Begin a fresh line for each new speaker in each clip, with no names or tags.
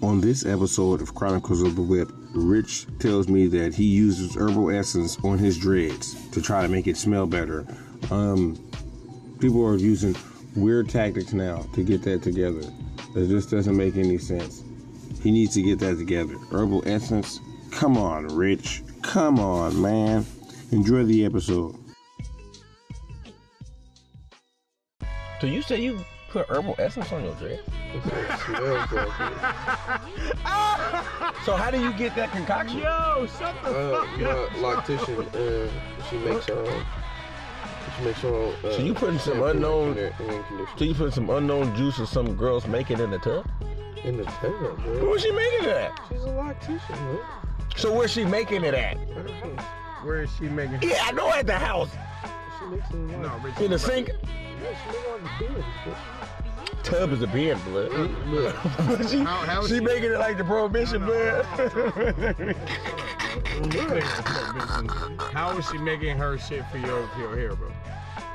On this episode of Chronicles of the Whip, Rich tells me that he uses herbal essence on his dreads to try to make it smell better. Um, people are using weird tactics now to get that together. It just doesn't make any sense. He needs to get that together. Herbal essence, come on, Rich. Come on, man. Enjoy the episode.
So you say you put herbal essence on your drink? So how do you get that concoction?
Yo, shut the
Uh,
fuck
my
up.
lactician, uh, she makes her own. She makes her own. Uh,
So you putting some
shampoo and
unknown-
condi- and conditioner
So you put some unknown juice or some girls make it in the tub?
in the tub, bro.
Where's she making it at?
She's a lactician, bro.
So where's she making it at?
Where is she making?
Yeah, I know at the house.
She makes her own.
No, Richard.
In the sink.
Yeah, she makes all the beers, bro.
Tub is a beer and blood.
Look,
she,
How- how is
she
she-
making it like the prohibition blood.
Look at that bitch. How is she making her shit for your, for your hair, bro? You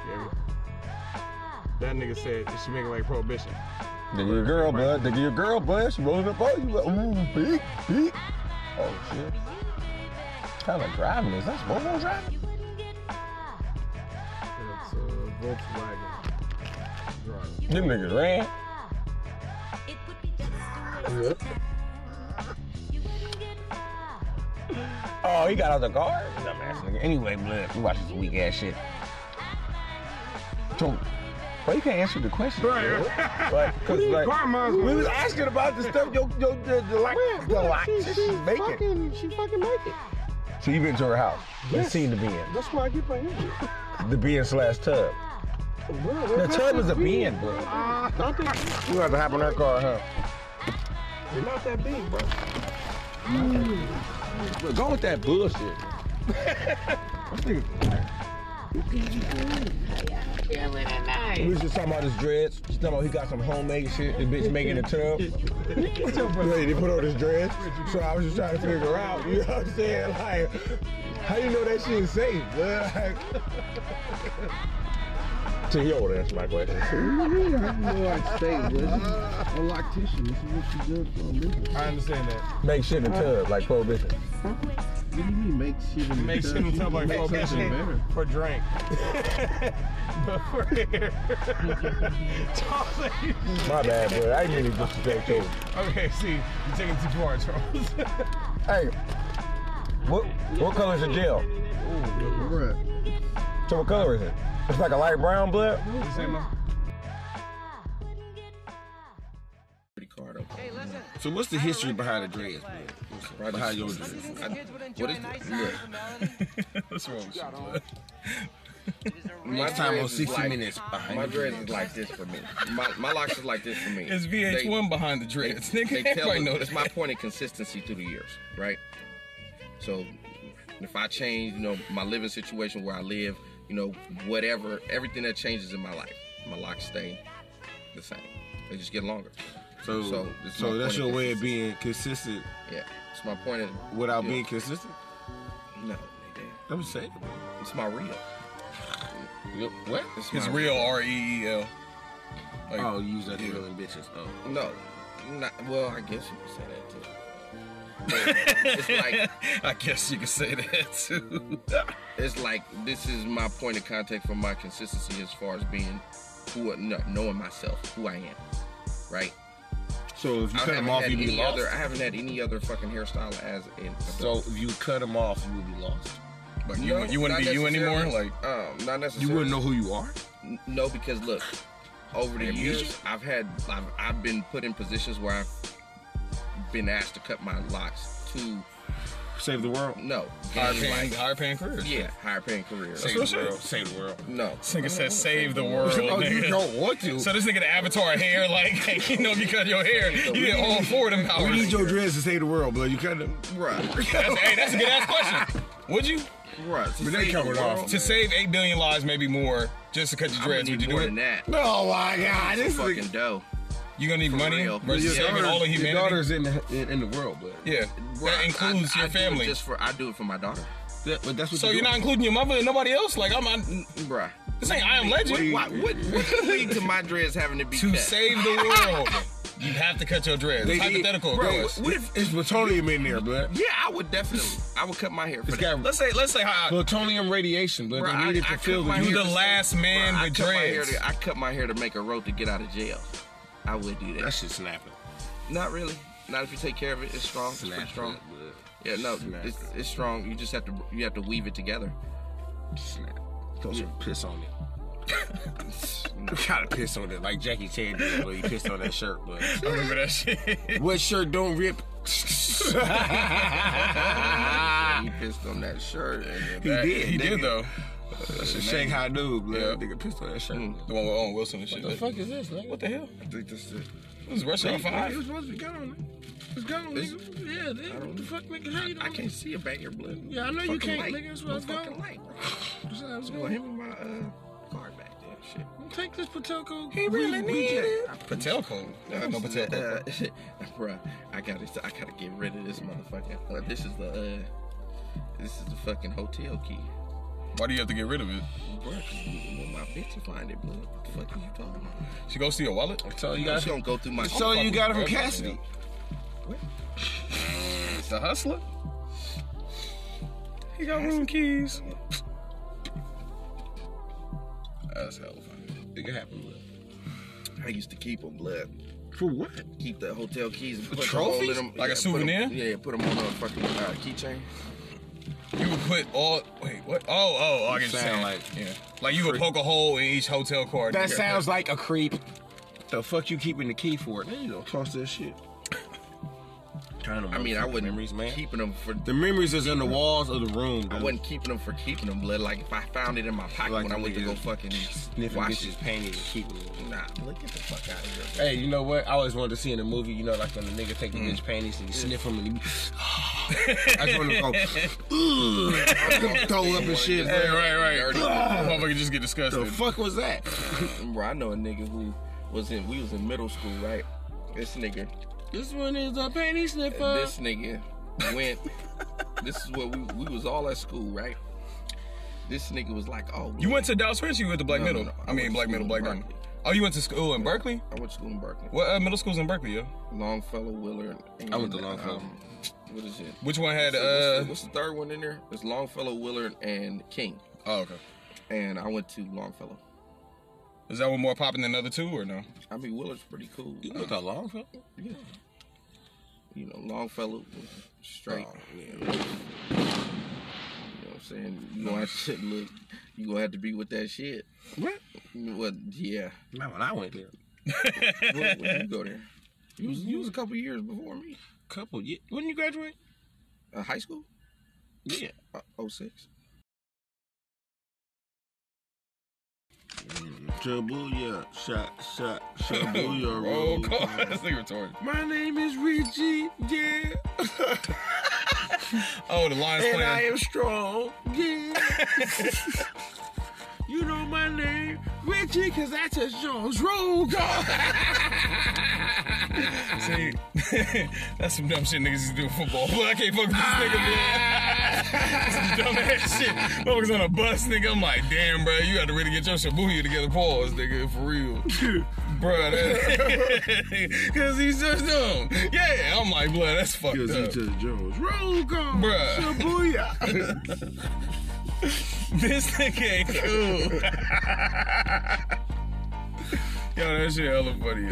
hear me? That nigga said that she making like prohibition.
Then your girl, bud. Then your girl, bud. She rolling up on you. Like, Ooh, big, big. Oh shit. Kind of driving is that Volvo driving?
It's a Volkswagen. Drive.
Them niggas ran.
yeah.
Oh, he got out the car? Dumbass nigga. Anyway, blood, we watch this weak ass shit. So, well, you can't answer the question.
Right,
bro. Like, cause
Car
like,
miles
we
away.
was asking about the stuff yo, yo, the, the like, the like,
she,
shit
she
she's making.
Fucking, she fucking make it.
So you been to her house? You
Yes.
seen the bin,
That's why I get my hair.
the bin slash tub.
Bro,
The
that's Uh,
tub is a
big,
bin, bro.
Not that,
You have to hop in her car, huh?
not that big, bro.
Go with that bullshit. We was just talking about his dreads. She's talking about he got some homemade shit. The bitch making a tub. Ready to put on his dreads. So I was just trying to figure out, you know what I'm saying? Like, how you know that shit is safe, blood? Like, so he over there, that's my question.
I understand that.
Make shit in the tub, like prohibition.
Make shit in the tub like prohibition for drink. but for hair. Charles, like-
My bad, bro. I didn't mean to disrespect you.
okay, see, you're taking too far, Charles.
Hey, what what color is the gel? So what color is it? It's like a light brown blood?
You say, man?
So what's the history behind the dreads, bro? Behind your dreads? What is this?
What's wrong with you?
My time on 60 Minutes behind
My
the
dreads
dreads.
is like this for me. My, my locks is like this for me.
It's VH1 behind the
They,
dreads,
they,
nigga.
they tell
Everybody
me
know
it's my point of consistency through the years, right? So if I change, you know, my living situation where I live, you know, whatever, everything that changes in my life, my locks stay the same. They just get longer.
So, so,
So, it's my
that's
point
your
of
way of being consistent
Yeah, it's my point of
without
yeah.
being consistent.
No, nigga.
I'm saying.
it's my real.
Yep. What?
It's,
it's
my
real R E E L. Like,
Oh, you use that to real bitches. Oh.
No, not, well, I guess you could say that too. But it's like
I guess you could say that too.
it's like this is my point of contact for my consistency as far as being who no, knowing myself, who I am, right?
So if you
I
cut them
haven't
off,
had
you'd be
any
lost.
Other, I haven't had any other fucking hairstyle as in.
so if you cut them off, you would be lost.
Like you, you wouldn't be you anymore. Like
um, not necessarily.
You wouldn't know who you are.
N- No, because look, over the
Amnesia?
years, I've had, I've, I've been put in positions where I've been asked to cut my locks to
Save the world.
no,
higher
gain
paying,
like-
higher paying careers.
yeah, higher paying career.
Save
That's
the
what I'm
world.
saying. Save the world.
No,
This nigga said save the world.
Oh, you
nigga.
don't want to.
So this nigga the avatar hair, like you know, if you cut your hair, you get all four of them
we
powers.
need your dreads to save the world, but you cut them.
bruh,
That's- hey, that's a good ass question. Would you
bruh. to
But they
save the
covered off.
world,
to save eight billion lives, maybe more, just to cut your
I'm gonna
dreads? Would
need
you do
more than
it?
that.
Oh my God, this
fucking dough.
You gonna need money
real.
versus
Your
saving all of
your
humanity.
daughter's in the in, in the world, but
Yeah,
Bruh,
that includes
I-
your
I do it
family.
just for I do it for my daughter,
That- but that's what
So
you
you're
do.
not including your mother and nobody else? Like I'm I,
bruh.
this ain't I am legend.
Why, what what could lead to my dreads having to be
To
cut?
save the world.
You have to cut your dreads.
They-
It's hypothetical.
Bro,
Bro,
what if it's plutonium in there, blood?
Yeah, I would definitely. I would cut my hair. For
It's
that.
got-
let's say, let's say how. I,
Plutonium radiation, blood.
Bro,
they need
I-
it to
I cut
fill the
my
you
youth.
the last man
Bro, I
with
cut my hair
dreads.
to- I cut my hair to make a road to get out of jail. I would do
That
that.
shit snapping.
Not really. Not if you take care of it. It's strong. It's pretty
Snapping,
strong.
blood.
Yeah, no,
Snap.
it's, it's strong. You just have to you have to weave it together.
Snap. Throw some piss on it. gotta piss on it, like Jackie Chan did, but he pissed on that shirt, but.
I remember that shit.
What shirt don't rip?
he pissed on that shirt. And
he
then
did.
he did
nigga.
though.
That's a Shanghai dude, blood. Nigga pissed on that shirt.
Mm.
The one with Owen Wilson and shit. What the fuck is this? What the hell?
I think that's it.
It was Rush Hour Five.
supposed to be gone. It's gone, nigga. Yeah, nigga. What the fuck, nigga? How you
I can't see a bang your blood.
Yeah, I know
Fucking
you can't,
light.
nigga. That's where I was
Fucking
going.
light, bro.
What's
Well,
going
hand me my uh, card back there. Shit.
Take this Patelco.
He really need it.
Patelco. I know Patelco.
Uh, bro, I gotta, I gotta get rid of this motherfucker. Uh, this is the, uh, this is the fucking hotel key.
Why do you have to get rid of it?
Bro, my bitch will find it, blood. What the fuck are you talking about?
She go see a wallet.
So Oh, you
You
got
she gonna go through my.
So you got it from Cassidy.
It's the hustler. He got room keys.
That's hell funny.
Nigga happened, blood.
I used to keep them, blood.
For what?
Keep the hotel keys. And put them
trophies?
all in
Like
'em-
a
yeah, put 'em-
souvenir?
yeah, put them on a fucking uh, keychain.
You would put all. Wait, what? Oh, oh, I
You
can
sound
sound like
like-
yeah. Like you would poke a hole in each hotel card.
That sounds like a creep. The fuck you keeping the key for? Man, you don't toss that shit. Trying to
I mean, I wouldn't
memories, man.
keeping them for.
The memories is in the walls of the room.
I
dude.
wasn't keeping them for keeping them, blood. Like if I found it in my pocket
Like
when I
the
went to
niggas
go fucking
sniffing
wash it.
bitches' panties and keeping them.
Nah, look at the fuck out of here.
Hey, you know what? I always wanted to see in a movie, you know, like when the nigga take the bitch panties and you sniff them and you. Mm. I just want to go. "Ugh." I want to throw up and shit.
Right, right, right. Motherfucker just get
The
disgusted.
fuck was that?
Um, Bro, I know a nigga who was in. We was in middle school, right? This nigga.
This one is a panty sniffer.
this nigga went. this is what we, we was all at school, right? This nigga was like, oh,
You went to Dallas Ranch. or You went to Black
No, no,
Middle.
no. I
I mean,
went to
Black
school
Middle,
in
Black
Berkeley.
Middle. Oh, you went to school in Berkeley.
I went to school in Berkeley.
What uh, middle school's in Berkeley? Yo,
Longfellow, Willard. And,
I went to Longfellow.
um, what is it?
which one had?
What's the-
uh
what's the third one in there? It's Longfellow, Willard, and King.
Oh, okay.
And I went to Longfellow.
Is that one more popping than the other two or no?
I mean, Willard's pretty cool.
You look a long film.
You know, Longfellow was straight. You know what I'm saying? You gonna have to look. You gonna have to be with that shit.
What?
What? Yeah.
Not when I went there.
when, when you go there? You was, you was a couple years before me.
Couple. Yeah. When you graduate?
Uh, high school?
Yeah.
Uh, 06.
Shabuya, shot, shot, shabuya.
Oh,
Roll call. This nigga retarded.
My name is Richie. Yeah.
Oh, the Lions
And I
playing.
am strong. Yeah. you know my name, Richie, cause that's a Jones roll call.
See, that's some dumb shit niggas used to do in football. Look, I can't fuck with this nigga, man. some dumb ass shit. Motherfuckers on a bus, nigga. I'm like, damn, bro, you had to really get your shabuya together. Pause, nigga, for real. bro, that. Because he's just dumb. Yeah, I'm like, blood, that's fucked
Because he
up.
just Jones. Roll call.
Bruh.
Shabuya.
This nigga ain't cool. yo, that shit hella funny, yo.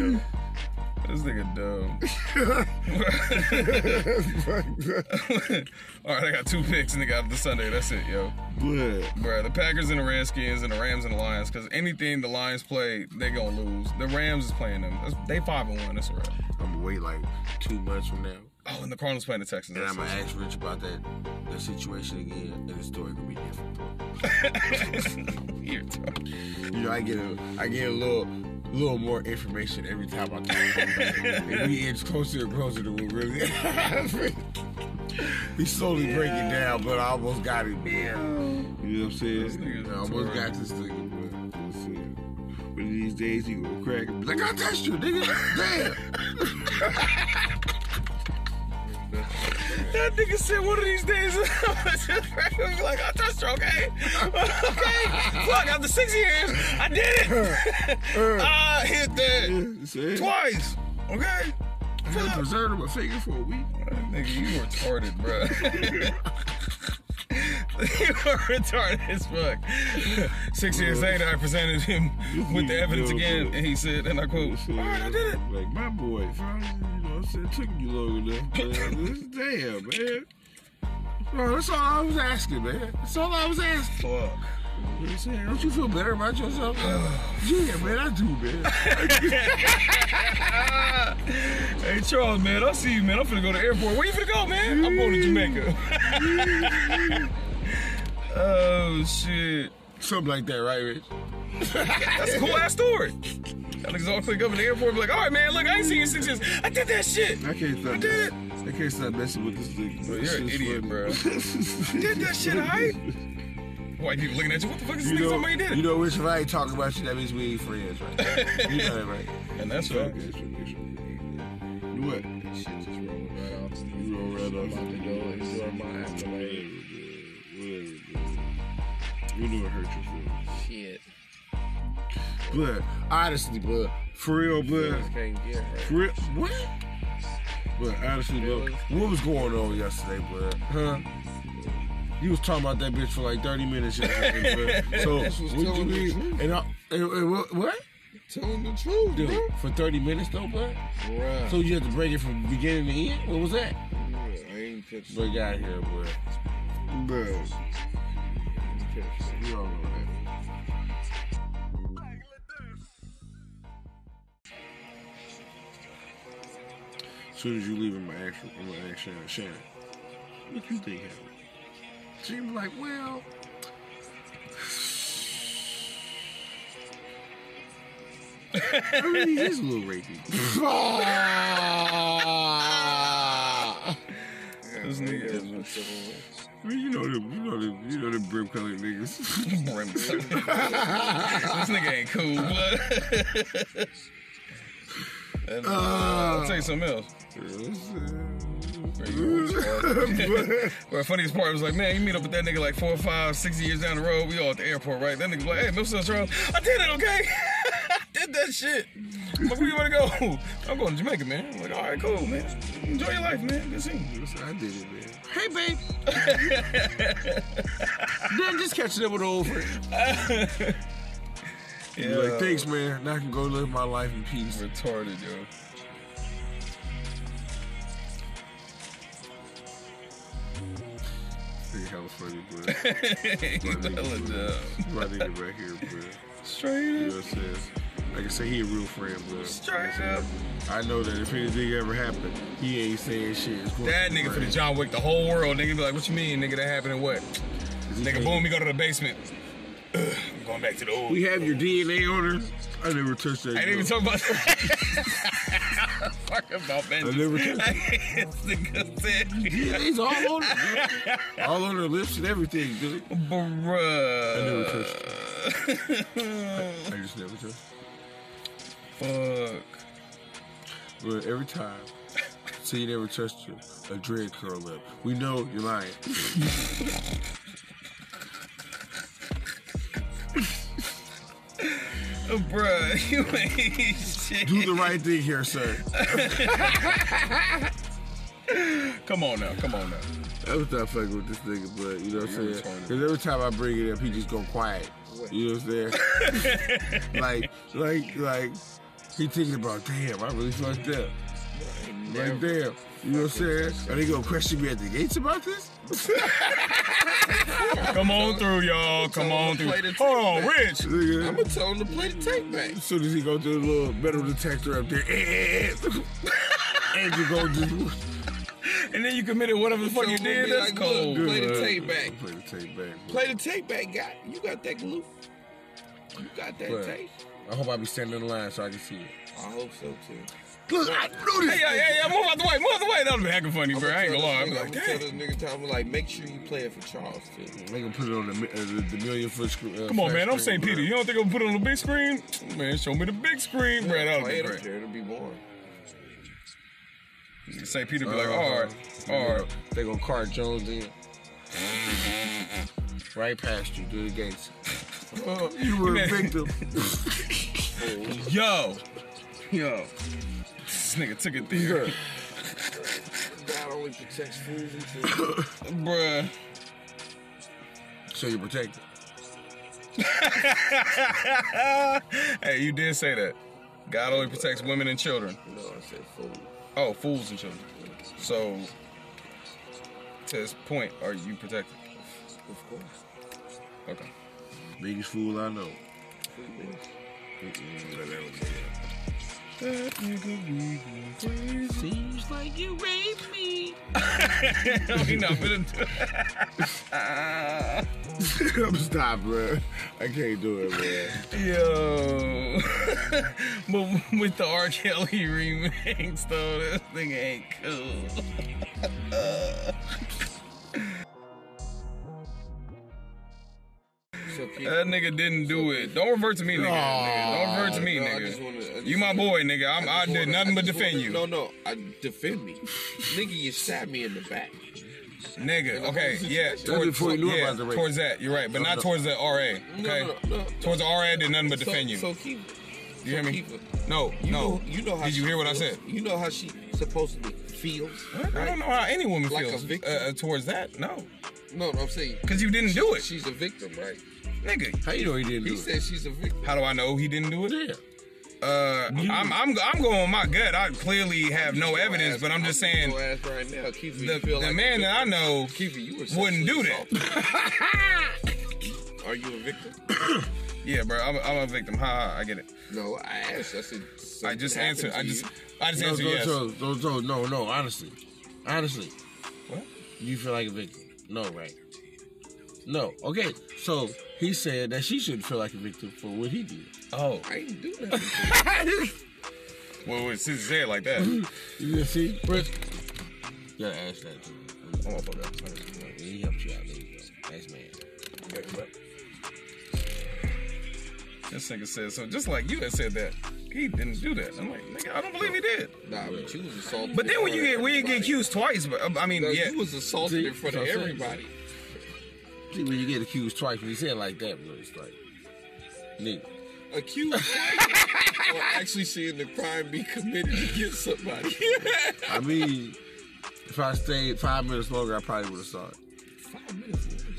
This nigga dumb. All right, I got two picks, nigga, out of the Sunday. That's it, yo.
Blood.
Bruh, the Packers and the Redskins and the Rams and the Lions, because anything the Lions play, they gonna lose. The Rams is playing them. That's, they five and one. That's a wrap.
I'm away like
Two months from now.
Oh, and the Cardinals playing the Texans.
And
That's
I'm gonna ask Rich about that that situation again, and the story gonna be different.
weird.
You know, I get a I get a little little more information every time I talk. and we inch closer and closer to what really happened. We slowly break it down, but I almost got it, man. You know what I'm
This
saying?
nigga's
I almost got this nigga, but we'll see. One of these days you gonna crack it. Like I touched you, nigga. Damn.
That nigga said one of these days. I'm like, I touched her, okay? okay. Fuck, after six years, I did it. I hit that
See?
twice.
Okay.
I had a preservative with figure for a week.
Nigga, you retarded, bro. you are retarded as fuck. Six years later, I presented him with the evidence again, and he said, and I quote, "All right, I did it."
Oh, Like my boy, if I, you know, I said it took you long enough. Man. This- Damn, man. Bro, that's all I was asking, man. That's all I was asking.
Fuck.
You know what I'm saying? Don't you feel better about yourself? man? yeah, man, I do, man.
Hey Charles, man, I'll see you, man. I'm finna go to the airport. Where you finna go, man? I'm going to Jamaica. oh shit.
Something like that, right, Rich?
That's a cool ass story. That niggas all click up in the airport and be like, all right, man, look, I ain't seen you in six years. I did that shit.
I can't stop.
I did it.
I can't stop messing with this nigga.
Bro, you're an idiot, bro. Did that shit, alright? White people looking at you, what the fuck is this
You
nigga
know,
somebody did it?
you know, Rich, if I ain't talking about you, that means we ain't friends, right? you know that, right?
and that's right.
You what?
Shit just rolling right off.
You don't run off.
About to go enjoy my accolade.
Whatever, bro. You knew it hurt your
Shit.
feelings. Blood. Honestly, blood. For real, blood.
Just can't get her.
For real. What? But honestly, blood. What was going on yesterday, blood? Huh? You was talking about that bitch for like 30 minutes yesterday, blood. So, was what you telling the mean? truth. And, I, and, and what? what?
Telling the truth,
Dude, for 30 minutes though, blood?
Bruh.
So you had to break it from beginning to end? What was that?
I ain't picture.
But got here, blood. Blood. You all right. soon as you leave in my actual, in my action, Shannon, what you think happened? She was like, well, I mean, he's a little rapey.
This nigga is
I mean, you know them, you know them, you know them brim colored niggas.
brim. this nigga ain't cool, but I'll tell you something else.
Ah.
Well, the funniest part was like, man, you meet up with that nigga like four, five, six years down the road. We all at the airport, right? That nigga like, hey, Mr. Charles, I did it, okay? I did that shit. I'm like, where you wanna go? I'm going to Jamaica, man. I'm like, all right, cool, man. Enjoy your life, man. Good seeing you.
I did it, man. Hey, babe. Damn, just catching up with old friend.
Yeah.
Like, thanks, man. Now I can go live my life in peace.
Retarded, yo.
Nigga, hella funny, bro.
You hella dumb.
My nigga right here, bro. You
Straight up.
know what I'm saying? Like I said, he a real friend, bro.
Straight up.
I know that if anything ever happened, he ain't saying shit. It's going
That
to be
nigga for the
great.
John Wick, the whole world, nigga be like, what you mean, nigga, that happened and what? Nigga, boom, he go to the basement. Ugh, I'm going back to the old.
We have your DNA on her. I never touched that.
I didn't even
girl.
talk about Fuck about vengeance.
never touched it.
It's the good thing.
DNA's all on her. bro. all on her lips and everything, dude.
Bruh.
I never touched it. I just never touched it.
Fuck.
But every time, say you never touched you, a dread curl up. We know you're lying.
Oh, bruh, you ain't shit.
Do the right thing here, sir.
Come on now, come on now.
I was not fucking with this nigga, but you know what I'm
You're
saying?
retarded.
Because every time I bring it up, he just go quiet. You know what I'm saying? like, like, like, he thinking about, damn, I really fucked up. Like, damn. You know what I'm saying? Are they gonna question me at the gates about this?
Come on through, y'all. Come on through. Hold on, Rich.
Nigga,
I'ma tell him to play the tape back.
As soon as he go through the little metal detector up there, eh, eh, eh, and you go just
And then you committed whatever the fuck you did. That's
Like, look,
cold.
Play the tape back.
Play the tape back.
Play the tape back, guy. You got that glue. You got that
Bruh.
tape.
I hope I be standing in line so I can see it.
I hope so too.
Look, I knew
Hey,
this.
yeah, yeah, yeah, move out the way, move out the way. That would've been heckin' funny, bro. I ain't gonna lie. I'd be
I'ma
like,
tell
damn.
this nigga Tom, like, make sure you play it for Charles too.
They gonna put it on the, mi- uh, the, the million foot screen. Uh,
Come on,
flat
man. I'm
screen,
St. Peter.
bruh.
You don't think I'm gonna put it on the big screen? Man, show me the big screen, bro. That
Play
would've
it
been
up
great.
there, it'll be boring.
St. Peter be like,
Uh-huh.
all right, all right.
They gonna cart Jones in. Right past you, through the gates. you were a
Man.
victim.
Yo,
Yo.
This nigga took it there.
God only protects fools and children.
Bruh.
so you're protected.
hey, you did say that. God only protects women and children.
You know, I said fool.
Oh, fools and children. So, to this point, are you protected?
Of course.
Okay.
Biggest fool I know. Mm-mm, I never did.
Seems like you raped me.
we not finna do
I'm stop, bro. I can't do it, man.
Yo. but with the R. Kelly remix, though, this thing ain't cool.
It's okay.
That nigga didn't do it. Don't revert to me, nigga. nigga. Don't revert to me,
No, I just wanna- I
nigga.
just
You my
wanna-
boy, nigga. I'm, I,
just
did
wanna-
nothing but
just
defend
wanna-
you,
No, no, I defend me. Nigga, you stabbed me in the back.
nigga. Okay, yeah. toward-
before you knew
yeah,
about the rape.
towards that, you're right, but not towards the RA. Okay,
No, no, no, no.
towards the RA, I did nothing but
So-
defend you.
So keep.
you hear
so
me?
keep it.
No, no.
You Know, you know how
Did you
she
hear what I
feels.
said?
You know how she supposedly feels.
I don't know how any woman
Like a
feels
victim.
uh, uh, towards that. No,
No, no, I'm saying
because you didn't do it,
she's a victim, right?
nigga.
How you know he didn't he do it? He said she's a victim.
How do I know he didn't do it? Uh, I'm, I'm, I'm going with my gut. I clearly have no evidence, but I'm just saying
Your ass right now, Keith,
the, the man that I know
Keith, you were
wouldn't do that.
Are you a victim?
Yeah, bro, I'm, I'm a victim. Ha ha, I get it.
No, I asked. I said.
I just
something
answered. I
happened to
just,
you.
I just
No,
answered
no,
yes.
no, no, no, no, no, honestly. Honestly.
What?
You feel like a victim. No, right? No. Okay, so he said that she shouldn't feel like a victim for what he did.
Oh,
I ain't do nothing.
well, it's just said like that.
you see? Rich? You gotta ask that too.
Oh, fuck up.
He helped you out. There you go. Nice man.
This nigga said so. Just like you had said that, he didn't do that. I'm like, nigga, I don't believe he did.
Nah, but you was assaulted.
But then when you
in
get,
front of
when you get
everybody.
accused twice, but um, I mean,
No,
yeah,
You was assaulted in
See,
front of
so I'm saying-
everybody.
See, when you get accused twice, when you say it like that, bro, it's like, nigga.
Accused or actually seeing the crime be committed against somebody.
I mean, if I stayed five minutes longer, I probably would have saw it.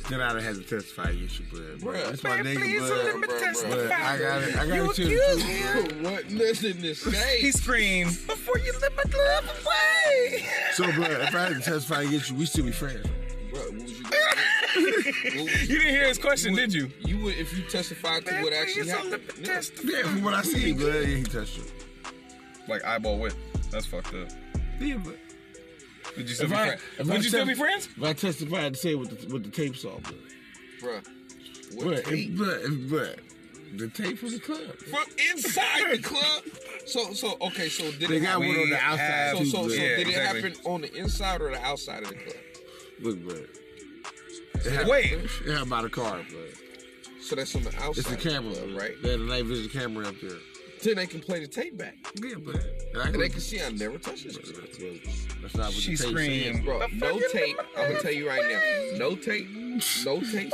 Then I'd have had to testify against you, but
Bruh.
that's my nigga,
please
but,
let me
bruh,
but
testify.
I got it. I got it.
You accused me.
what nothing to say.
He screamed before you let my love away.
So, bro, if I had to testify against you, we still be friends.
Bro, what would you gonna do? What would
You didn't hear his question, did you?
You would if you testified to what actually happened. No.
Yeah, from what I see, bro, yeah, he touched you.
Like eyeball whip. That's fucked up.
Yeah, but
Would you still be
If I-
friends?
if I
Would you still
said-
be friends?
if I testified to say what the, what the tape saw, bro.
Bro,
Bro,
what
if,
tape?
bro, if, bro, the tape was a club.
From inside the club? So so okay, so did
They
it
got
happen?
one on the outside,
have-
So,
too,
so, so
bro.
Yeah,
did it
exactly.
happen on the inside or the outside of the club?
Look, bro.
Wait.
Yeah, I'm out of car, bro.
So that's on the outside.
It's the
of the
camera,
club,
right?
right?
They had a night vision camera up there.
Then they can play the tape back.
Yeah, but and I
And they
can
can see I never touched this. club.
That's not what
She
the tape
screamed.
said.
Bro, no tape. I'm gonna tell you right now. No tape. No tape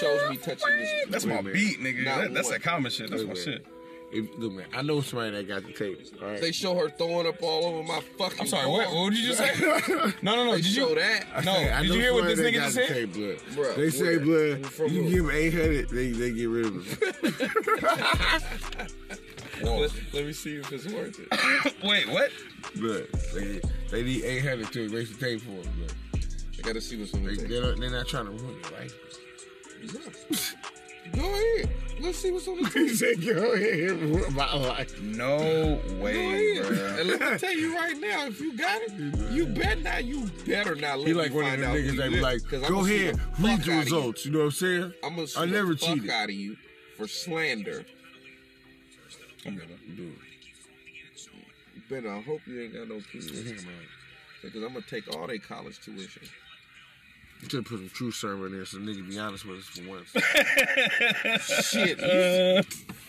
shows me touching this.
That's
Wait
my
a minute.
beat, nigga.
Not
That- that's
one.
that common shit. That's
Wait a
my
minute.
shit.
If, look, man, I know somebody that got the tape. All right.
They show her throwing up all over my fucking.
I'm sorry. What,
car.
what did you just say? No, no, no.
They
Did
show
you?
that.
No.
I
Did you
know
hear what
somebody
this nigga
that got
just
the
said?
tape, blood.
Bruh,
they say,
where?
blood,
From
you
who?
give them 800, they, they get rid of them.
Whoa.
Let, let me see if it's worth it.
Wait, what?
blood. They, they need 800 to erase the tape for them, blood.
I gotta see what's on
They,
the
they
tape.
don't, they're not trying to ruin it, right?
Go ahead. Let's see what's on the tape.
He said, go ahead and ruin my life.
No
Go
way,
ahead.
bro.
And let me tell you right now, if you got it, you bet not. You better not. Let
He like
me
one of
find
them
out
niggas
who
that
you
be
is,
like,
'cause
go
I'ma sue
ahead,
fuck
read the
out of you.
results. You know what I'm saying?
I'm gonna sue
I
the
never
fuck
cheated.
out of you for slander.
Dude,
Ben, I hope you ain't got no kids. Because I'm gonna take all their college tuition.
you should put some true server in there so nigga be honest with us for once.
Shit.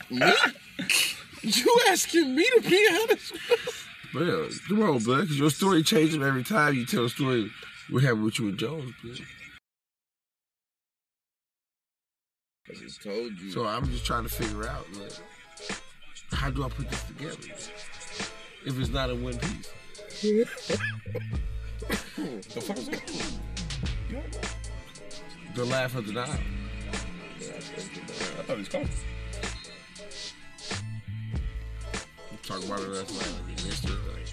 you- me? You asking me to be honest?
Well, come on, blood, because your story changes every time you tell a story. What happened with you and Jones, blood.
I just told you.
So I'm just trying to figure out, like, how do I put this together?
if it's not in one piece.
The fuck is that?
The laugh of the night.
I thought he was coming.
Talk about it last night. I mean, yesterday. Like,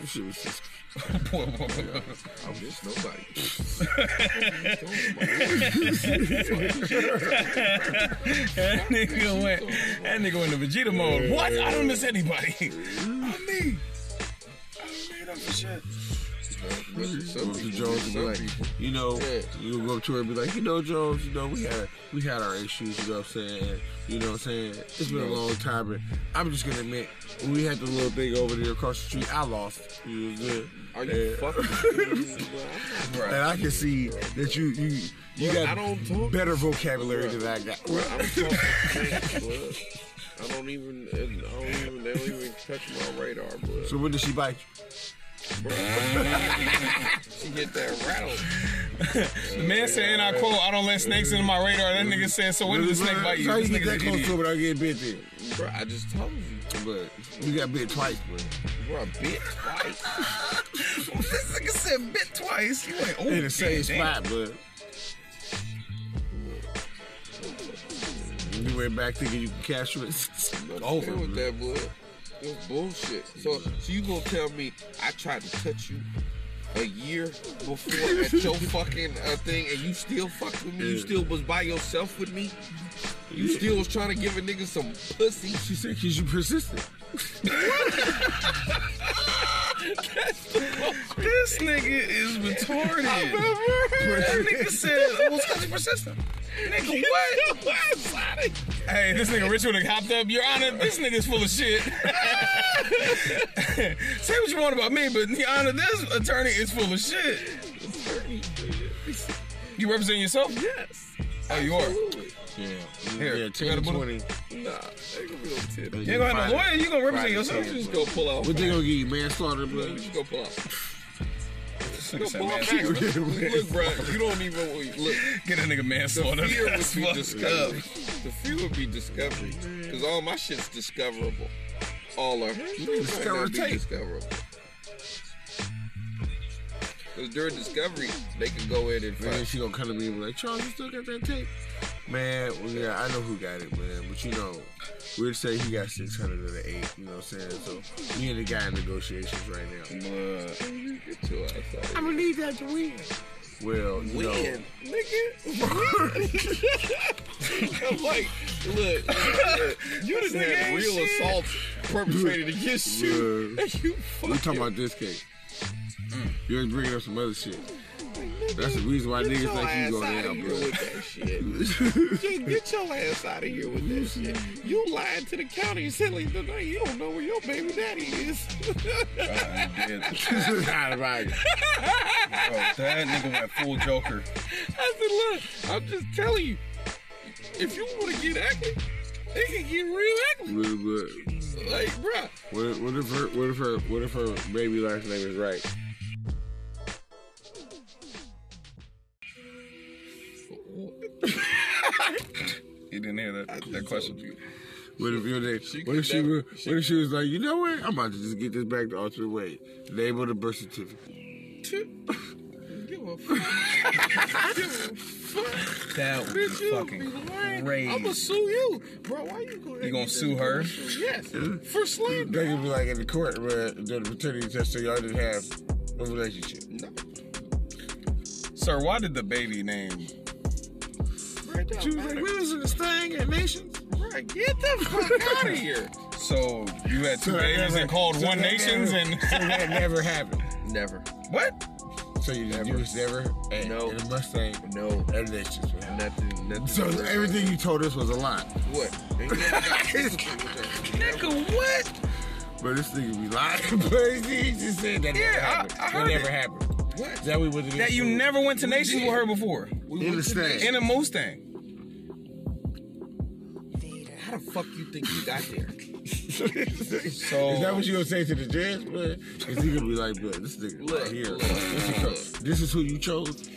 this shit was just.
Poor motherfucker.
I'm just nobody.
That nigga went. That nigga went to Vegeta mode. What? I don't miss anybody. I'm me.
Mr. Jones would be like, you know, you go up to her and be like, you know, Jones, you know, we had we had our issues, you know what I'm saying? You know what I'm saying? It's been a long time, and I'm just gonna admit, when we had the little thing over there across the street, I lost. You know what I'm saying?
Are you
and,
fucking
And I can see that you you you
Bro,
got
I don't talk-
better vocabulary than I got.
I don't talk shit, blood. I don't even, I don't even, they don't even touch my radar, blood.
So when did she bite you?
She get that rattle.
The man said, and I quote, I don't let snakes into my radar. That nigga said, so when did the snake bite you?
How
This
you get
nigga's an
that close to
idiot.
her without getting bit then?
Bro, I just told you.
But you got bit twice, but
Bro, bit twice.
This nigga said bit twice. He went, oh,
in the same
damn.
spot, but you went back thinking you can catch it.
Over with that, blood. It's bullshit. So, so you gonna tell me I tried to touch you a year before at your fucking uh, thing, and you still fucked with me? You
Yeah.
still was by yourself with me? You still was trying to give a nigga some pussy?
She said, "Cause you persistent."
This nigga is retarded. that nigga said, "Oh, it's 'cause you persistent." Nigga, what? hey, this nigga Rich would have hopped up. Your Honor, this nigga's full of shit. Say what you want about me, but Your Honor, this attorney is full of shit. You represent yourself?
Yes.
Oh, you are. You
Yeah,
Here,
yeah,
you got a
10,
bullet?
20.
Nah, ain't gonna be no tip. You
ain't gonna have no lawyer. You gonna represent
Right,
yourself?
yeah.
just go pull out.
What they gonna give you, manslaughter? But
You just go pull out.
This
Go
nigga said,
pull out.
"Man,
back, bro. Look, bro, you don't even look.
Get a nigga manslaughter.
fear would
That's
be
fucked up.
discovered. The fear would be discovered. Because all my shit's discoverable. All of it.
discover
Might not be
tape.
discoverable. Because during discovery, they can go in and
and then
find.
she gonna come to me and be like, "Charles, you still got that tape?" Man, well, yeah, I know who got it, man. But you know, we'd say he got six hundred of the eight. You know what I'm saying? So me and the guy in negotiations right now.
But you get to outside.
I'm gonna need that to win. Well, you know,
Win, nigga. I'm like, look, look, you just had real assaults perpetrated against you.
Yeah.
And you
We
fucking.
talking about this case.
Mm.
You're bringing up some other shit. That's the reason why niggas think you
ass
going
out of
down,
here
bro.
with that shit. Just get your ass out of here with that shit. You lying to the county, silly. Tonight. You don't know where your baby daddy is.
Out of my-
That nigga went full Joker.
I said, look, I'm just telling you. If you want to get active, it can get real active.
What what-
Like, bruh.
what- what if her? What if her? What if her baby last name is right?
You didn't hear that, that question.
What if your name? What if she? were- What if she was like, you know what? I'm about to just get this back to alternate way. Name of the birth certificate.
Give a fuck. Give a fuck.
That
Bitch, you
fucking
be lying.
crazy.
I'ma sue you. Bro, why you going
You gonna sue her?
Yes. For slander.
They could be like in the court, where the paternity test, so y'all didn't have a relationship.
No.
Sir, why did the baby name?
Bro, it don't
She was like,
matter.
we was in this thing at Nations.
Bruh, get the fuck out of here.
So you had two
So that
babies
never-
and called
so
One
that
Nations
never-
and
so that never happened.
Never.
what?
So you just you was never at,
No.
in a Mustang
No.
at Nations. man.
Nothing. Nothing.
So everything you told us was a lie.
What?
Nigga, what?
But this nigga be lying. But he just said that never
Yeah, I-
happened.
I heard
that never
it.
happened.
What?
That we went to
That you never went to Nations with her before
in the
in
stand.
a Mustang.
How the fuck you think you got there?
So
Is that what you gonna say to the judge, man? Is he gonna be like, but this nigga
Look,
right here,
look,
this, is this is who you chose.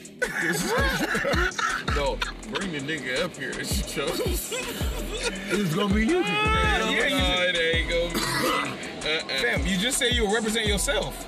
This is,
No, bring the nigga up here that she chose.
it's gonna be you.
yeah,
no,
you-
it ain't gonna
Fam, you just say you'll represent yourself.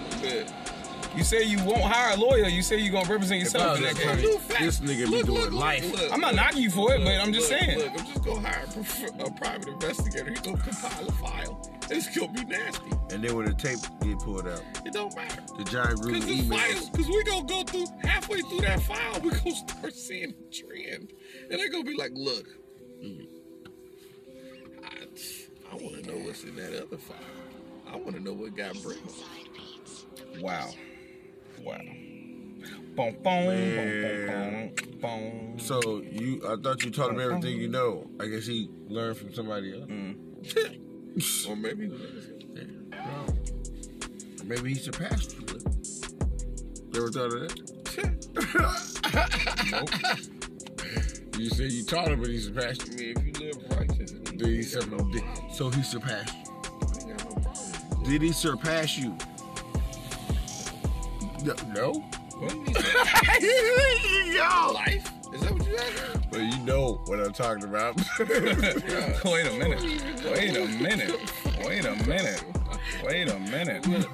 You say you won't hire a lawyer. You say you're gonna represent yourself in that case.
This nigga be doing life.
I'm not knocking you for it, but I'm just
Look,
saying.
Look, I'm just gonna hire a, prof- a private investigator. He's gonna compile a file. It's gonna be nasty.
And then when the tape get pulled out,
It don't matter.
the giant
Cause
Rudy
this
email.
file, cause we gonna go through halfway through that file, we gonna start seeing a trend, and they gonna be like, "Look, I, I want to know what's in that other file. I want to know what got Brent.
Wow. Wow. Boom, boom, boom,
Man.
boom, boom.
So you, I thought you taught him everything you know. I guess he learned from somebody else.
Mm. or maybe,
Maybe he surpassed you. You ever thought of that?
you say you taught him, but he surpassed you. if you live righteous,
Did he surpass? Did, so he surpassed you. Did he surpass you? No. no? Yo,
life is that what you had?
but you know what I'm talking about.
Wait a minute. Wait a minute. Wait a minute. Wait a minute.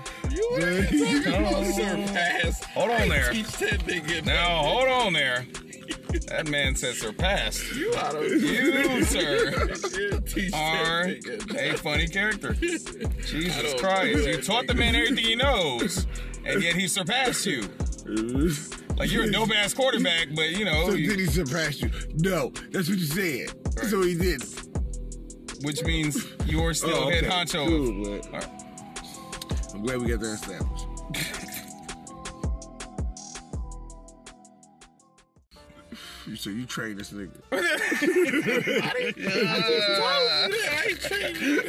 Surpassed.
Hold on there.
Teach that nigga.
Now Oh, hold on there. That man said surpassed.
You out of you.
You, sir,
Teach
are
that nigga.
a funny character. Jesus
don't
Christ.
do
You
that,
taught the man everything he knows, and yet he surpassed you. Like you're a dope ass quarterback, but you know,
So
Oh, you-
did he surpass you? No, that's what you said. So he did.
which means you're still head honcho.
Oh, Cool, but
All right.
I'm glad we got that established. so you train this nigga.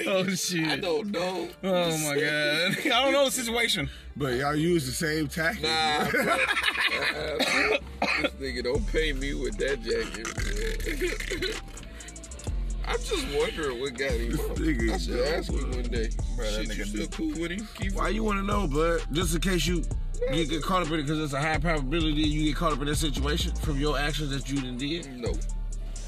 Oh shit.
I don't know.
Oh my god. I don't know the situation.
But y'all use the same tactic.
Nah, bro. Uh, this nigga don't pay me with that jacket. man. I'm just wondering what got him. up.
Nigga,
I should
dumb,
ask him one day.
Bro, that
Shit, you
nigga
still cool with him? Keep
Why you want to know, bud? Just in case you you get caught up in it, because it's a high probability you get caught up in that situation from your actions that you done did.
No.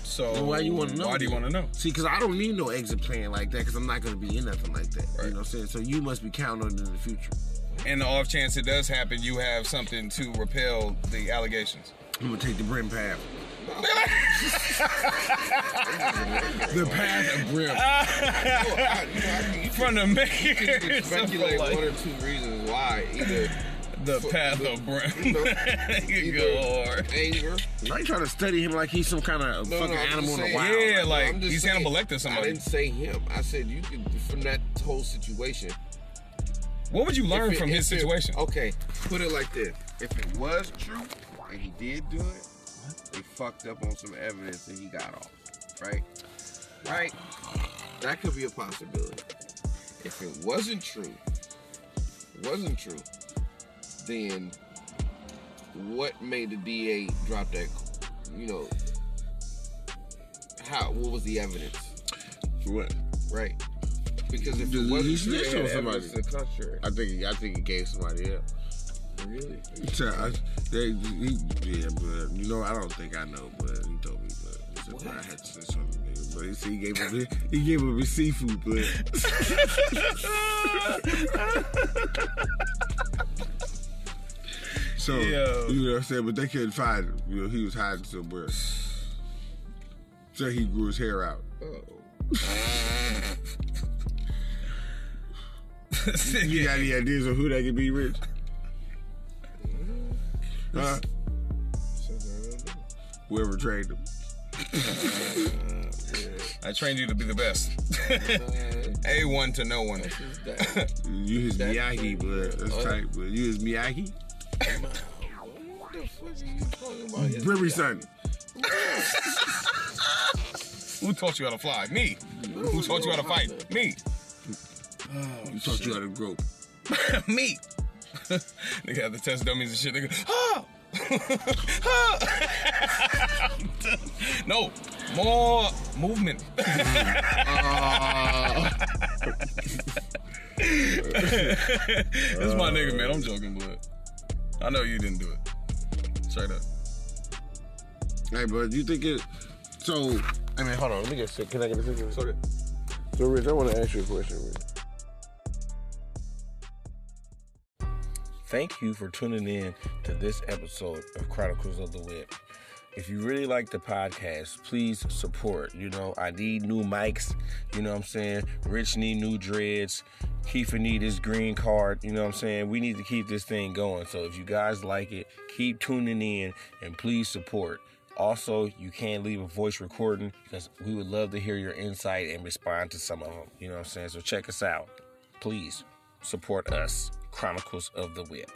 So
Then why you want to know?
Why do you
then?
want to know?
See, because I don't need no exit plan like that, because I'm not going to be in nothing like that. You know what I'm saying? So you must be counting on it in the future.
In the off chance it does happen, you have something to repel the allegations.
I'm gonna take the Brim path. the path of Brim.
Oh, I, you know, I mean, you
From the
can
makers of
speculate
life.
one or two reasons why. Either
the path of Brim. you go hard.
anger.
Why you trying to study him like he's some kind of
No, no,
fucking
I'm just
animal in the
saying.
wild?
Yeah,
No,
like
I'm just
he's
saying,
Hannibal Lecter or
I
somebody.
didn't say him. I said you could from that whole situation.
What would you learn
If it-
from his
if it-
situation?
Okay, put it like this.
If it was true and he did do it, they fucked up on some evidence and he got off. Right?
right? That could be a possibility. If it wasn't true, wasn't true, then what made the DA drop that? You know, how? What was the evidence?
What?
Right? Because if
He
it wasn't true,
snitched
they had
on somebody.
evidence to the contrary.
I think he, I think he gave somebody up.
Really?
So I, they, he, yeah, but you know I don't think I know, but he told me. But he said, "Bro, I had to say something, nigga. But he said he gave up his, he gave up his seafood, but so
Yo.
you know what I'm saying. But they couldn't find him. You know he was hiding somewhere. So he grew his hair out. You got any ideas on who that could be, Rich? Huh? Whoever trained him.
I trained you to be the best. A1 to no one.
You his Miyagi, but
Oh,
that's tight. But you his Miyagi,
What the fuck are you talking about? Yes,
Brimmy son.
Who taught you how to fly? Me. Who taught you how to fight? Me.
You taught you how to grope.
Me. Nigga had the test dummies and shit. Nigga, ah! Ah! no, more movement. That's my nigga, man. I'm joking, but I know you didn't do it. Straight up.
Hey, but you think it? So I mean, hold on. Let me get sick. Can I get a picture?
So, Rich, I want to ask you a question, Rich.
Thank you for tuning in to this episode of Chronicles of the Web. If you really like the podcast, please support. You know, I need new mics. You know what I'm saying? Rich need new dreads. Keefa need his green card. You know what I'm saying? We need to keep this thing going. So if you guys like it, keep tuning in and please support. Also, you can leave a voice recording because we would love to hear your insight and respond to some of them. You know what I'm saying? So check us out. Please support us. Chronicles of the Whip.